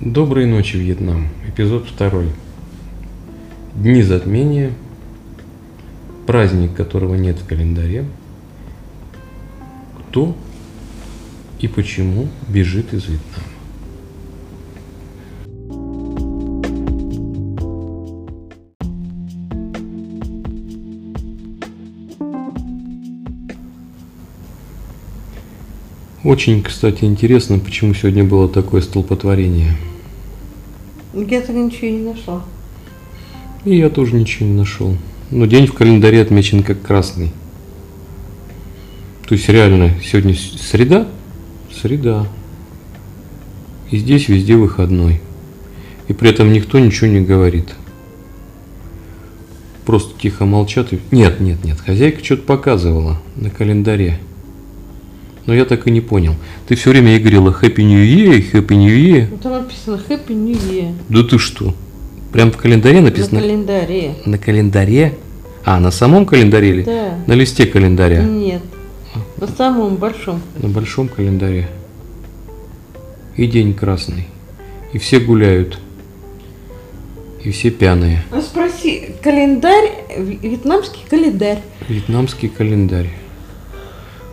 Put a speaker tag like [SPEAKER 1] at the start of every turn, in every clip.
[SPEAKER 1] Доброй ночи, Вьетнам. Эпизод 2. Дни затмения. Праздник, которого нет в календаре. Кто и почему бежит из Вьетнама? Очень, кстати, интересно, почему сегодня было такое столпотворение.
[SPEAKER 2] Ну, Я так ничего и не нашла.
[SPEAKER 1] И я тоже ничего не нашел. Но день в календаре отмечен как красный. То есть реально, сегодня с- среда? Среда. И здесь везде выходной. И при этом никто ничего не говорит. Просто тихо молчат и... Нет, нет, нет, хозяйка что-то показывала на календаре. Но я так и не понял. Ты все время ей говорила Happy New Year, Happy New Year.
[SPEAKER 2] Ну, Там написано Happy New Year.
[SPEAKER 1] Да ты что? Прям в календаре написано?
[SPEAKER 2] На календаре.
[SPEAKER 1] На календаре? А, на самом календаре или?
[SPEAKER 2] Да.
[SPEAKER 1] На листе календаря.
[SPEAKER 2] Нет. На самом большом.
[SPEAKER 1] На большом календаре. И день красный. И все гуляют. И все пьяные.
[SPEAKER 2] А спроси, календарь, э, ви- вьетнамский календарь.
[SPEAKER 1] Вьетнамский календарь.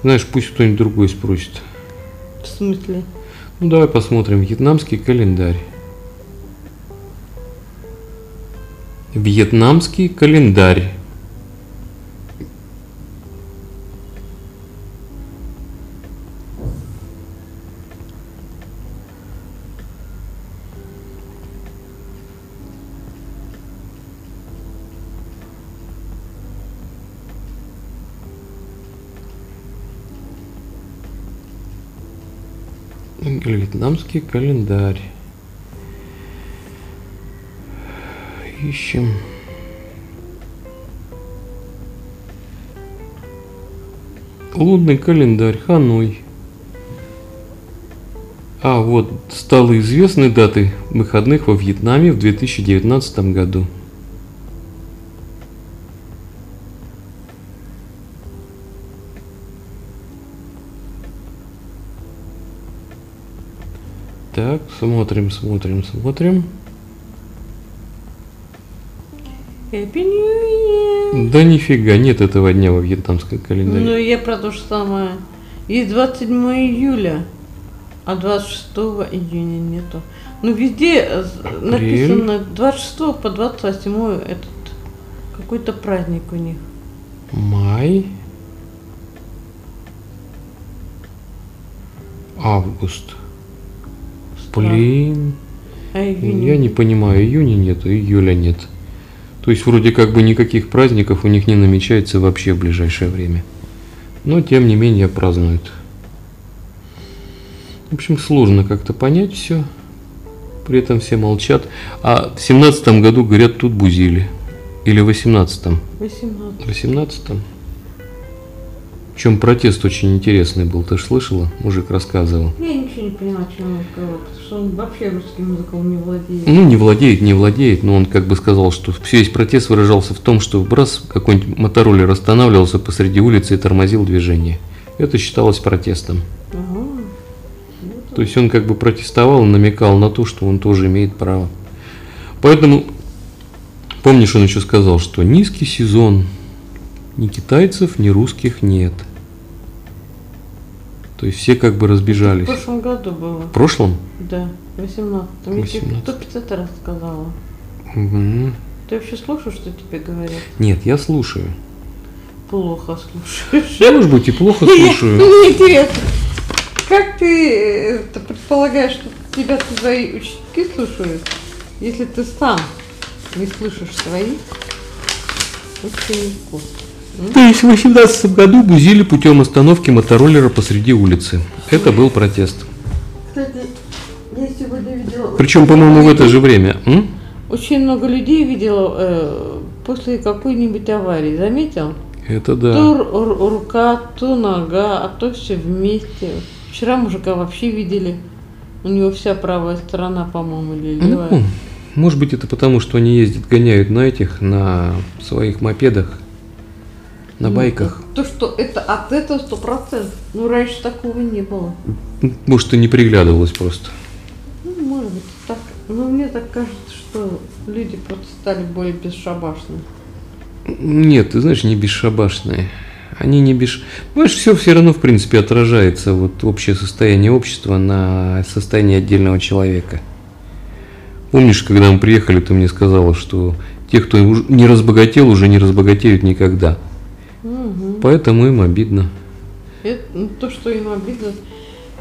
[SPEAKER 1] Знаешь, пусть кто-нибудь другой спросит.
[SPEAKER 2] В смысле?
[SPEAKER 1] Ну давай посмотрим. Вьетнамский календарь. Вьетнамский календарь. Вьетнамский календарь. Ищем. Лунный календарь Ханой. А вот стало известны даты выходных во Вьетнаме в 2019 году. Так, смотрим, смотрим, смотрим.
[SPEAKER 2] Happy New Year.
[SPEAKER 1] Да нифига, нет этого дня во вьетнамском
[SPEAKER 2] Ну,
[SPEAKER 1] календаре.
[SPEAKER 2] я про то же самое. Есть 27 июля, а 26 июня нету. Ну, везде э, з-
[SPEAKER 1] Апрель.
[SPEAKER 2] написано 26 по 28 этот какой-то праздник у них.
[SPEAKER 1] Май. Август. Блин.
[SPEAKER 2] А июнь?
[SPEAKER 1] Я не понимаю, июня нет, июля нет. То есть вроде как бы никаких праздников у них не намечается вообще в ближайшее время. Но тем не менее празднуют. В общем, сложно как-то понять все. При этом все молчат. А в семнадцатом году, говорят, тут бузили. Или в восемнадцатом.
[SPEAKER 2] 18.
[SPEAKER 1] 18 Причем протест очень интересный был, ты ж слышала? Мужик рассказывал.
[SPEAKER 2] Я ничего не понимаю, о чем он говорил, потому что он вообще русским языком не владеет.
[SPEAKER 1] Ну, не владеет, не владеет, но он как бы сказал, что весь протест выражался в том, что в раз какой-нибудь мотороллер останавливался посреди улицы и тормозил движение. Это считалось протестом.
[SPEAKER 2] Ага. Ну,
[SPEAKER 1] То есть он как бы протестовал и намекал на то, что он тоже имеет право. Поэтому, помнишь, он еще сказал, что низкий сезон, ни китайцев, ни русских нет. То есть все как бы
[SPEAKER 2] В
[SPEAKER 1] разбежались.
[SPEAKER 2] прошлом году было,
[SPEAKER 1] В прошлом?
[SPEAKER 2] да, 18. Я тебе
[SPEAKER 1] 18.
[SPEAKER 2] 150 раз сказала.
[SPEAKER 1] Мгм.
[SPEAKER 2] Ты вообще слушаешь, что тебе говорят?
[SPEAKER 1] Нет, я слушаю.
[SPEAKER 2] Плохо слушаешь.
[SPEAKER 1] Я, может быть, и плохо слушаю.
[SPEAKER 2] Мне интересно, как ты э, это предполагаешь, что тебя твои ученики слушают, если ты сам не слышишь своих учеников?
[SPEAKER 1] То есть в 18 году бузили путем остановки мотороллера посреди улицы. Это был протест.
[SPEAKER 2] Кстати, я сегодня видела...
[SPEAKER 1] Причем, по-моему, в это же время. М?
[SPEAKER 2] Очень много людей видела э, после какой-нибудь аварии, заметил?
[SPEAKER 1] Это да.
[SPEAKER 2] То ру- ру- рука, то нога, а то все вместе. Вчера мужика вообще видели. У него вся правая сторона, по-моему, или
[SPEAKER 1] Ну,
[SPEAKER 2] левая.
[SPEAKER 1] может быть, это потому, что они ездят, гоняют на этих, на своих мопедах, на байках.
[SPEAKER 2] То, что это от этого сто процентов. Ну, раньше такого не было.
[SPEAKER 1] Ну, Может, ты не приглядывалась просто.
[SPEAKER 2] Ну, может быть, так. Ну, мне так кажется, что люди просто стали более бесшабашными.
[SPEAKER 1] Нет, ты знаешь, не бесшабашные. Они не беш... Понимаешь, все все равно, в принципе, отражается, вот общее состояние общества на состояние отдельного человека. Помнишь, когда мы приехали, ты мне сказала, что те, кто уж не разбогател, уже не разбогатеют никогда.
[SPEAKER 2] Мгм.
[SPEAKER 1] Поэтому им обидно.
[SPEAKER 2] Это, ну, то, что им обидно.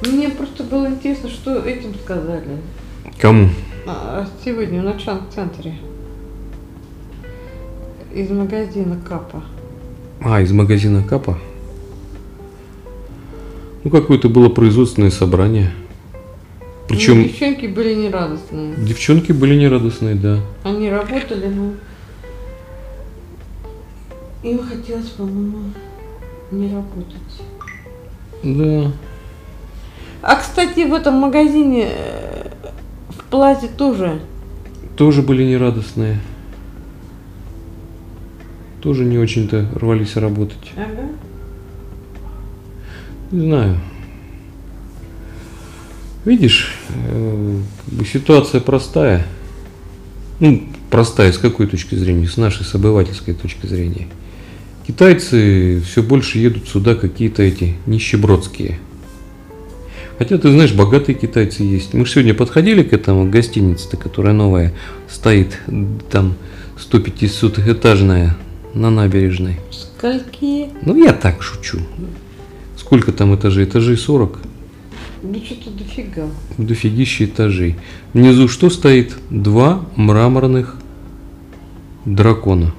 [SPEAKER 2] Мне просто было интересно, что этим сказали.
[SPEAKER 1] Кому?
[SPEAKER 2] А, сегодня в ночном центре. Из магазина Капа.
[SPEAKER 1] А, из магазина Капа? Ну, какое-то было производственное собрание.
[SPEAKER 2] Ну,
[SPEAKER 1] Причем
[SPEAKER 2] девчонки были нерадостные.
[SPEAKER 1] девчонки были нерадостные, да.
[SPEAKER 2] Они работали, но им хотелось, по-моему, не работать.
[SPEAKER 1] Да.
[SPEAKER 2] А кстати, в этом магазине э, в платье тоже.
[SPEAKER 1] Тоже были нерадостные. Тоже не очень-то рвались работать.
[SPEAKER 2] Ага.
[SPEAKER 1] Не знаю. Видишь, э, как бы ситуация простая. Ну, простая с какой точки зрения? С нашей, с обывательской точки зрения. Китайцы все больше едут сюда какие-то эти нищебродские. Хотя, ты знаешь, богатые китайцы есть. Мы же сегодня подходили к этому гостинице, которая новая, стоит м, там 150-этажная на набережной.
[SPEAKER 2] Скольки?
[SPEAKER 1] Ну, я так шучу. Сколько там этажей? Этажей 40?
[SPEAKER 2] Ну что-то дофига.
[SPEAKER 1] Дофигища этажей. Внизу что стоит? Два мраморных дракона.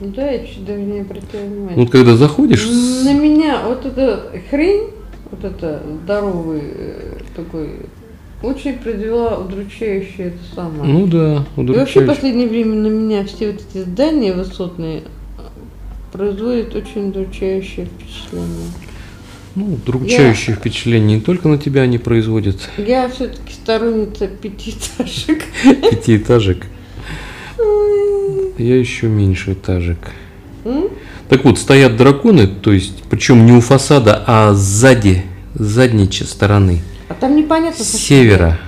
[SPEAKER 2] Ну Да, я чуть даже не обратила внимания.
[SPEAKER 1] Вот когда заходишь... с-
[SPEAKER 2] На меня вот эта хрень, вот это здоровый э, такой, очень произвела удручающее это самое.
[SPEAKER 1] Ну да,
[SPEAKER 2] И вообще в
[SPEAKER 1] удручающе.
[SPEAKER 2] последнее время на меня все вот эти здания высотные а, производят очень удручающее впечатление.
[SPEAKER 1] Ну, удручающие впечатления не только на тебя они производят.
[SPEAKER 2] Я все-таки сторонница пятиэтажек.
[SPEAKER 1] Пятиэтажек. Я еще меньше этажек.
[SPEAKER 2] М?
[SPEAKER 1] Так вот, стоят драконы, то есть, причем не у фасада, а сзади, с задней ч- стороны,
[SPEAKER 2] А там непонятно.
[SPEAKER 1] с
[SPEAKER 2] совсем.
[SPEAKER 1] севера.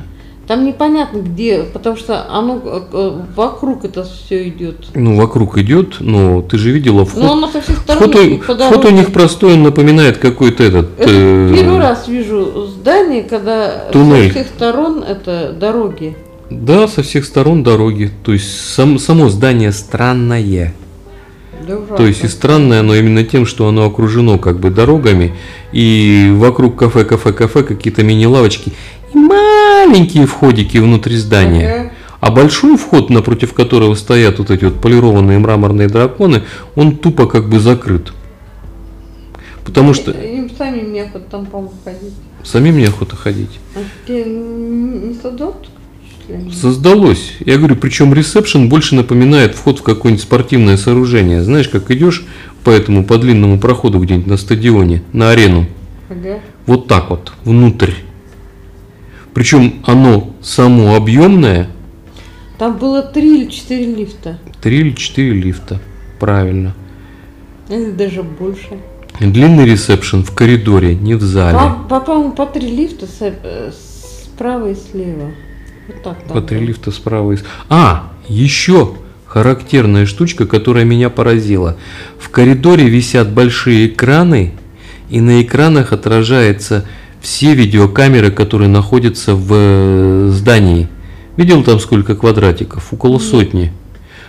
[SPEAKER 2] Там непонятно где, потому что оно э, э, вокруг это все идет.
[SPEAKER 1] Ну, вокруг идет, но ты же видела вход.
[SPEAKER 2] Но Ну, оно со всех сторон
[SPEAKER 1] Вход у,
[SPEAKER 2] и по
[SPEAKER 1] вход у
[SPEAKER 2] дороге.
[SPEAKER 1] них простой, он напоминает какой-то этот...
[SPEAKER 2] Это
[SPEAKER 1] э,
[SPEAKER 2] первый раз вижу здание, когда
[SPEAKER 1] Туннель.
[SPEAKER 2] со всех сторон это дороги.
[SPEAKER 1] Да, со всех сторон дороги. То есть сам- само здание странное.
[SPEAKER 2] Да
[SPEAKER 1] То есть и
[SPEAKER 2] ужасно.
[SPEAKER 1] странное оно именно тем, что оно окружено как бы дорогами. И вокруг кафе, кафе, кафе какие-то мини-лавочки. И маленькие входики внутри здания.
[SPEAKER 2] Ага.
[SPEAKER 1] А большой вход, напротив которого стоят вот эти вот полированные мраморные драконы, он тупо как бы закрыт. Потому что
[SPEAKER 2] Им самим некуда там, по-моему, ходить.
[SPEAKER 1] самим неохота ходить.
[SPEAKER 2] А тебе н- не создал такое впечатление?
[SPEAKER 1] Создалось. Я говорю, причем ресепшн больше напоминает вход в какое-нибудь спортивное сооружение. Знаешь, как идешь по этому по длинному проходу где-нибудь на стадионе, на арену.
[SPEAKER 2] Ага.
[SPEAKER 1] Вот так вот, внутрь. Причем оно само объемное,
[SPEAKER 2] Там было три или четыре лифта.
[SPEAKER 1] три или четыре лифта. Правильно.
[SPEAKER 2] Или даже больше.
[SPEAKER 1] Длинный ресепшн в коридоре, не в зале.
[SPEAKER 2] По- по- По-моему, по три лифта с- э, справа и слева. Вот так там
[SPEAKER 1] По три
[SPEAKER 2] было.
[SPEAKER 1] лифта справа и с- А, еще характерная штучка, которая меня поразила. В коридоре висят большие экраны, и на экранах отражаются все видеокамеры, которые находятся в э, здании. Видел там сколько квадратиков? Около сотни.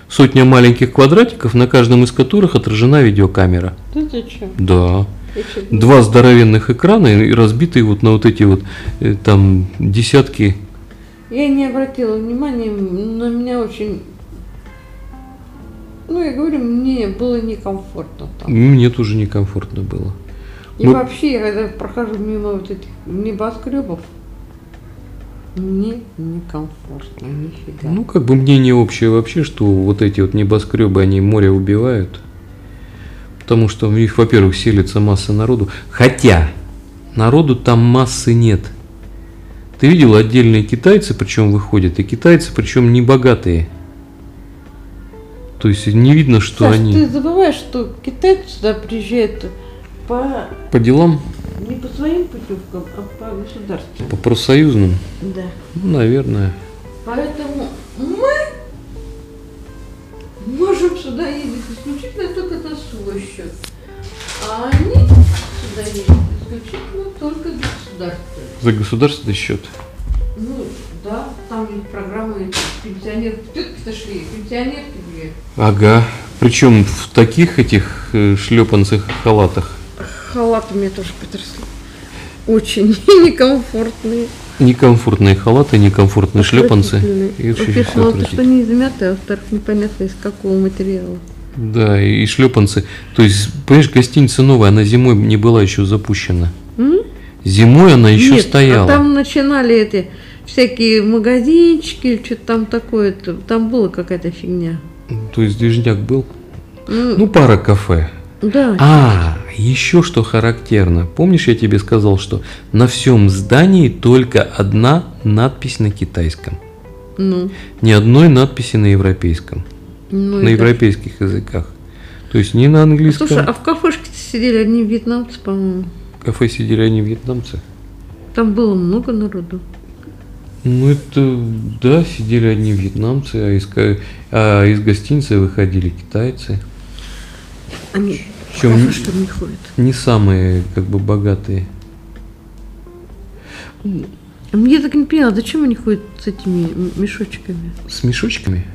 [SPEAKER 1] Сотня маленьких квадратиков, на каждом из которых отражена видеокамера.
[SPEAKER 2] Да ты чё?
[SPEAKER 1] Да
[SPEAKER 2] Я чё, не-
[SPEAKER 1] два здоровенных экрана и разбитые вот на вот эти вот э, там десятки
[SPEAKER 2] Я не обратила внимания, м, но меня очень... Ну, я говорю, мне было некомфортно там.
[SPEAKER 1] Мне тоже некомфортно было.
[SPEAKER 2] И
[SPEAKER 1] Ну-
[SPEAKER 2] вообще, я когда прохожу мимо вот этих небоскребов, мне некомфортно, нифига.
[SPEAKER 1] Ну, как бы мнение общее вообще, что вот эти вот небоскребы, они море убивают. Потому что в них, во-первых, селится масса народу. Хотя, народу там массы нет. Ты видел, отдельные китайцы причем выходят, и китайцы причем не богатые. То есть не видно, что
[SPEAKER 2] Саш,
[SPEAKER 1] они
[SPEAKER 2] ты забываешь, что китайцы сюда приезжают по
[SPEAKER 1] по делам,
[SPEAKER 2] не по своим путевкам, а по государству.
[SPEAKER 1] по профсоюзным,
[SPEAKER 2] Да.
[SPEAKER 1] ну, наверное.
[SPEAKER 2] Поэтому мы можем сюда ездить исключительно только за свой счет. А они сюда ездят исключительно только для государства.
[SPEAKER 1] За государственный счет.
[SPEAKER 2] Ну, да, там ведь программы пенсионер, тетки-то шли, пенсионерки были.
[SPEAKER 1] Ага. Причем в таких этих э, шлепанцах и халатах.
[SPEAKER 2] Халаты меня тоже потрясли. Очень некомфортные.
[SPEAKER 1] Некомфортные халаты, некомфортные шлепанцы.
[SPEAKER 2] отвратительные.
[SPEAKER 1] И вообще
[SPEAKER 2] Во-первых,
[SPEAKER 1] всё
[SPEAKER 2] мало того, что
[SPEAKER 1] отвратительно.
[SPEAKER 2] они измятые, а во-вторых, непонятно из какого материала.
[SPEAKER 1] Да, и, и шлепанцы. То есть, понимаешь, гостиница новая, она зимой не была еще запущена.
[SPEAKER 2] М?
[SPEAKER 1] Зимой она еще
[SPEAKER 2] Нет,
[SPEAKER 1] стояла.
[SPEAKER 2] А там начинали эти всякие магазинчики или что-то там такое. то- Там была какая-то фигня.
[SPEAKER 1] То есть движняк был.
[SPEAKER 2] Ну,
[SPEAKER 1] Ну, пара кафе.
[SPEAKER 2] да.
[SPEAKER 1] А, еще что характерно. Помнишь, я тебе сказал, что на всем здании только одна надпись на китайском.
[SPEAKER 2] Ну,
[SPEAKER 1] Ни одной надписи на европейском.
[SPEAKER 2] ну
[SPEAKER 1] на
[SPEAKER 2] и да.
[SPEAKER 1] европейских языках. То есть ни на
[SPEAKER 2] А
[SPEAKER 1] английском.
[SPEAKER 2] Слушай, а в кафешке сидели одни вьетнамцы, по-моему.
[SPEAKER 1] В кафе сидели они вьетнамцы.
[SPEAKER 2] Там было много народу.
[SPEAKER 1] Ну это, да, сидели одни вьетнамцы, а из, ка- а из гостиницы выходили китайцы.
[SPEAKER 2] Они в
[SPEAKER 1] Чё, не-
[SPEAKER 2] кафешкам не ходят.
[SPEAKER 1] Не самые, как бы, богатые.
[SPEAKER 2] А Я так не поняла, зачем они ходят с этими м- мешочками?
[SPEAKER 1] С мешочками?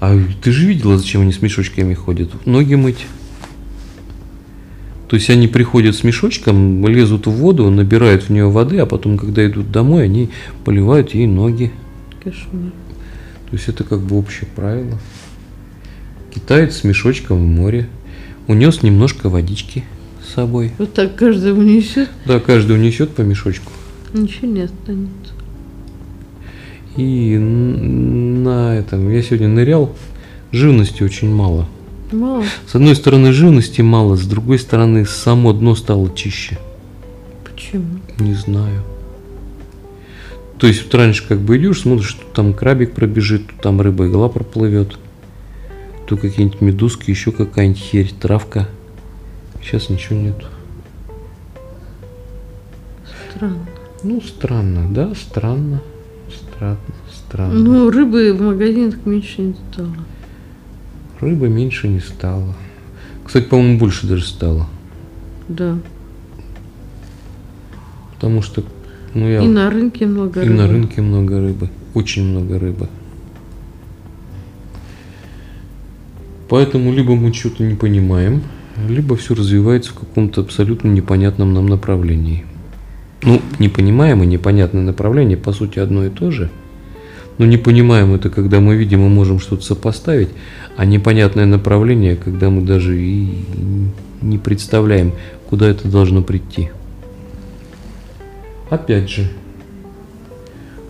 [SPEAKER 1] А ты же видела, зачем они с мешочками ходят? Ноги мыть. То есть они приходят с мешочком, лезут в воду, набирают в нее воды, а потом, когда идут домой, они поливают ей ноги.
[SPEAKER 2] Кошмар.
[SPEAKER 1] То есть это как бы общее правило. Китаец с мешочком в море. Унес немножко водички с собой.
[SPEAKER 2] Вот так каждый унесет,
[SPEAKER 1] Да, каждый унесет по мешочку.
[SPEAKER 2] ничего не останется.
[SPEAKER 1] И н- на этом я сегодня нырял. Живности очень мало.
[SPEAKER 2] Мало.
[SPEAKER 1] С одной стороны живности мало, с другой стороны само дно стало чище.
[SPEAKER 2] Почему?
[SPEAKER 1] Не знаю. То есть вот раньше как бы идешь, смотришь, что там крабик пробежит, то там рыба игла проплывет, то какие-нибудь медузки, еще какая-нибудь херь, травка. Сейчас ничего нет.
[SPEAKER 2] Странно.
[SPEAKER 1] Ну, странно, да, странно. Странно, странно.
[SPEAKER 2] Ну, рыбы в магазинах меньше не стало.
[SPEAKER 1] Рыбы меньше не стало. Кстати, по-моему, больше даже стало.
[SPEAKER 2] Да.
[SPEAKER 1] Потому что, ну, я...
[SPEAKER 2] И на рынке много
[SPEAKER 1] И на
[SPEAKER 2] рыбы.
[SPEAKER 1] рынке много рыбы. Очень много рыбы. Поэтому либо мы что-то не понимаем, либо все развивается в каком-то абсолютно непонятном нам направлении. Ну, не понимаем и непонятное направление, по сути, одно и то же. Но не понимаем Ну, это, когда мы видим и можем что-то сопоставить, а непонятное направление, когда мы даже и не представляем, куда это должно прийти. Опять же,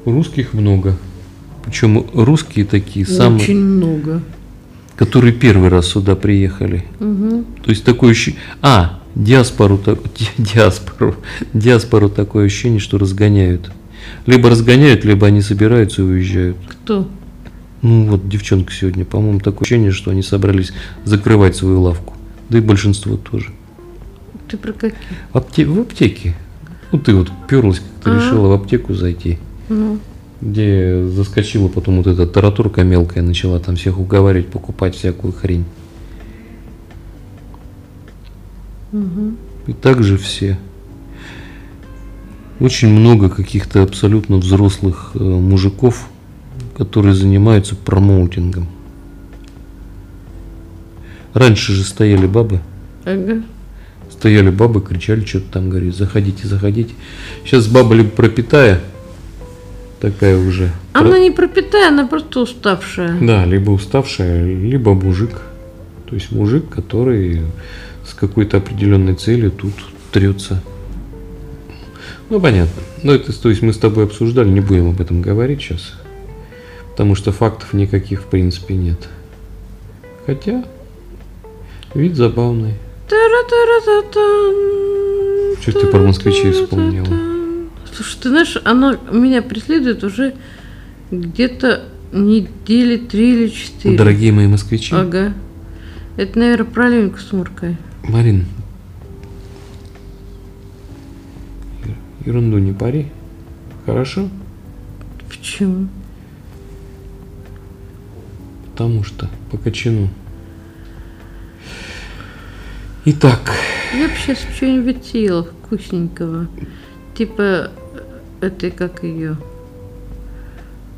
[SPEAKER 1] Русских много. Причем русские такие самые,
[SPEAKER 2] Ну, Очень много.
[SPEAKER 1] которые первый раз сюда приехали.
[SPEAKER 2] Угу.
[SPEAKER 1] То есть такое ощущение... А, диаспору, так- ди- диаспору, диаспору такое ощущение, что разгоняют. Либо разгоняют, либо они собираются и уезжают.
[SPEAKER 2] Кто?
[SPEAKER 1] Ну вот, девчонка сегодня, по-моему, такое ощущение, что они собрались закрывать свою лавку. Да и большинство тоже.
[SPEAKER 2] Ты про какие?
[SPEAKER 1] В, апте- в аптеке. Ну ты вот перлась, как ты
[SPEAKER 2] Ага.
[SPEAKER 1] решила в аптеку зайти.
[SPEAKER 2] Ну,
[SPEAKER 1] где заскочила потом вот эта таратурка мелкая, начала там всех уговаривать покупать всякую хрень.
[SPEAKER 2] угу.
[SPEAKER 1] И так же все. Очень много каких-то абсолютно взрослых э, мужиков, которые занимаются промоутингом. Раньше же стояли бабы,
[SPEAKER 2] Ага.
[SPEAKER 1] стояли бабы, кричали что-то там, говорили, заходите, заходите. Сейчас баба либо пропитая, такая уже. про-
[SPEAKER 2] Она не пропитая, она просто уставшая.
[SPEAKER 1] Да, либо уставшая, либо мужик. То есть мужик, который с какой-то определенной целью тут трется. Ну, понятно. Но это, то есть мы с тобой обсуждали, не будем об этом говорить сейчас. Потому что фактов никаких, в принципе, нет. Хотя, вид забавный.
[SPEAKER 2] Тара-тара-та-тан.
[SPEAKER 1] Чё ж ты про москвичей вспомнила?
[SPEAKER 2] Тара-та-тан. Слушай, ты знаешь, она меня преследует уже где-то недели три или А? четыре.
[SPEAKER 1] Дорогие мои москвичи,
[SPEAKER 2] Ага. Это, наверное, про Леньку с Муркой.
[SPEAKER 1] Марин, ерунду не пари. Хорошо?
[SPEAKER 2] Почему?
[SPEAKER 1] потому что по кочану. Итак,
[SPEAKER 2] Я бы сейчас что-нибудь съела вкусненького. Типа этой, как ее,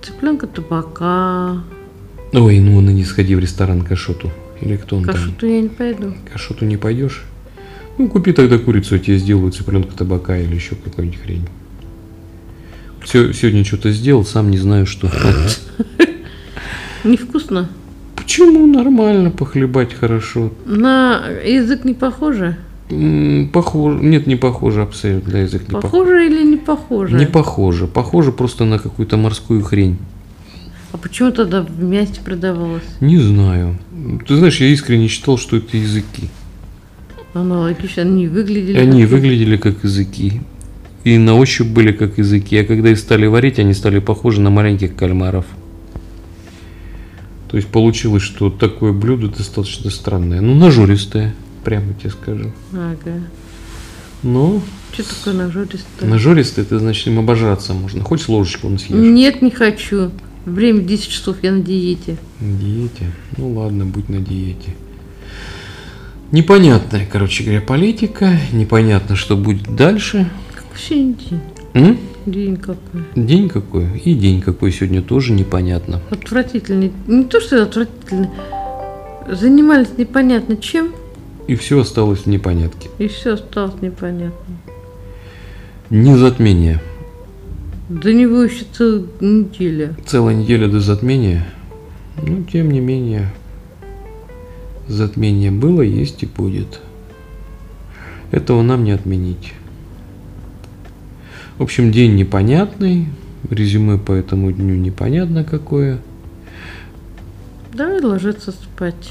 [SPEAKER 2] цыпленка табака.
[SPEAKER 1] ой, ну он и не сходи в ресторан к Кашоту. Или кто он там?
[SPEAKER 2] Кашу-то я не пойду.
[SPEAKER 1] К Кашоту не пойдешь? Ну, купи тогда курицу, я тебе сделаю цыпленка табака или еще какую-нибудь хрень. Все, сегодня что-то сделал, сам не знаю что.
[SPEAKER 2] Невкусно.
[SPEAKER 1] Почему нормально похлебать хорошо?
[SPEAKER 2] На язык не похоже?
[SPEAKER 1] М, Похоже. Нет, не похоже абсолютно. Для язык не похоже.
[SPEAKER 2] Похоже или не похоже?
[SPEAKER 1] Не похоже. Похоже просто на какую-то морскую хрень.
[SPEAKER 2] А почему тогда в мясе продавалось?
[SPEAKER 1] Не знаю. Ты знаешь, я искренне считал, что это языки.
[SPEAKER 2] Аналогично, они выглядели.
[SPEAKER 1] Они
[SPEAKER 2] как-
[SPEAKER 1] выглядели как языки. И на ощупь были как языки. А когда их стали варить, они стали похожи на маленьких кальмаров. То есть получилось, что такое блюдо достаточно странное. Ну, нажористое, прямо тебе скажу.
[SPEAKER 2] Ага.
[SPEAKER 1] Но
[SPEAKER 2] Что такое нажористое?
[SPEAKER 1] нажористое, это значит им обожраться можно. Хоть ложечку он съешь.
[SPEAKER 2] Нет, не хочу. Время 10 часов, я на диете.
[SPEAKER 1] На диете? Ну ладно, будь на диете. Непонятная, короче говоря, политика. Непонятно, что будет дальше.
[SPEAKER 2] Какой сегодня день?
[SPEAKER 1] М?
[SPEAKER 2] День какой.
[SPEAKER 1] День какой? И день какой сегодня тоже непонятно.
[SPEAKER 2] Отвратительный. Не то, что отвратительный. Занимались непонятно чем,
[SPEAKER 1] И все осталось в непонятке.
[SPEAKER 2] и все осталось непонятно.
[SPEAKER 1] Не затмение.
[SPEAKER 2] До него еще целая неделя.
[SPEAKER 1] Целая неделя до затмения. Ну, тем не менее, затмение было, есть и будет. Этого нам не отменить. В общем, день непонятный. Резюме по этому дню непонятно какое.
[SPEAKER 2] Давай ложиться спать.